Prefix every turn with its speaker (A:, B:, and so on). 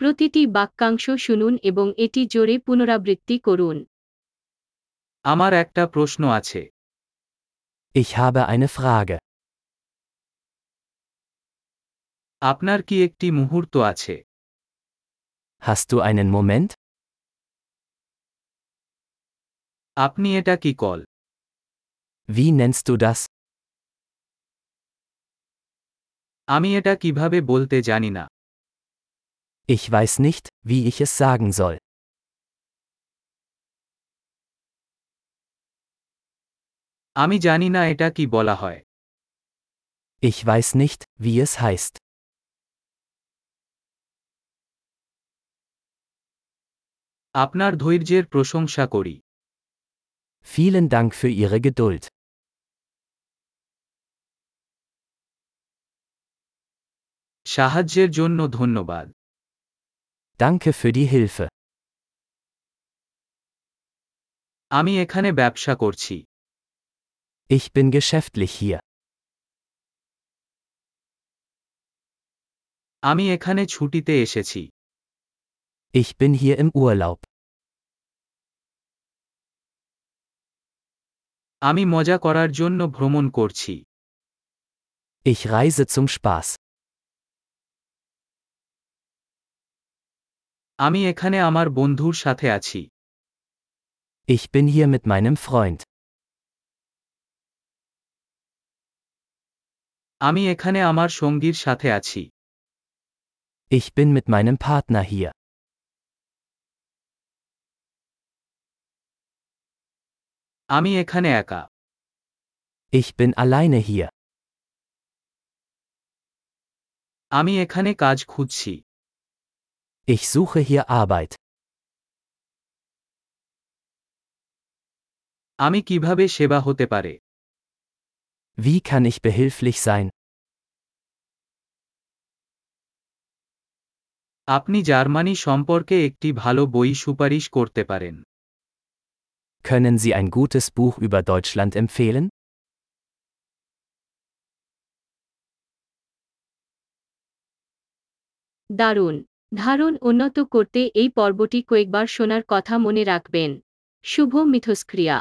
A: প্রতিটি বাক্যাংশ শুনুন এবং এটি জোরে পুনরাবৃত্তি করুন
B: আমার একটা প্রশ্ন আছে
C: Ich habe eine Frage.
B: আপনার কি একটি মুহূর্ত আছে
C: Hast du einen Moment?
B: আপনি এটা কি call
C: Wie nennst du das?
B: আমি এটা কিভাবে বলতে জানি না
C: Ich weiß nicht, wie ich es sagen soll.
B: আমি জানি না এটা কি বলা হয়
C: Ich weiß nicht, wie es heißt.
B: আপনার ধৈর্যের প্রশংসা করি
C: Vielen Dank für Ihre Geduld.
B: সাহায্যের জন্য ধন্যবাদ
C: Danke für die Hilfe.
B: আমি এখানে ব্যবসা করছি
C: Ich bin geschäftlich hier.
B: আমি এখানে ছুটিতে এসেছি
C: Ich bin hier im Urlaub.
B: আমি মজা করার জন্য ভ্রমণ করছি
C: Ich reise zum Spaß.
B: আমি এখানে আমার বন্ধুর সাথে আছি
C: Ich bin hier mit meinem Freund.
B: আমি এখানে আমার সঙ্গীর সাথে আছি
C: Ich bin mit meinem Partner hier.
B: আমি এখানে একা
C: Ich bin alleine hier.
B: আমি এখানে কাজ খুঁজছি
C: Ich suche hier Arbeit.
B: আমি কিভাবে সেবা হতে পারে
C: Wie kann ich behilflich sein?
B: আপনি জার্মানি সম্পর্কে একটি ভালো বই সুপারিশ করতে পারেন
C: Können Sie ein gutes Buch über Deutschland empfehlen?
A: দারুণ ধারণ উন্নত করতে এই পর্বটি কয়েকবার শোনার কথা মনে রাখবেন শুভ মিথস্ক্রিয়া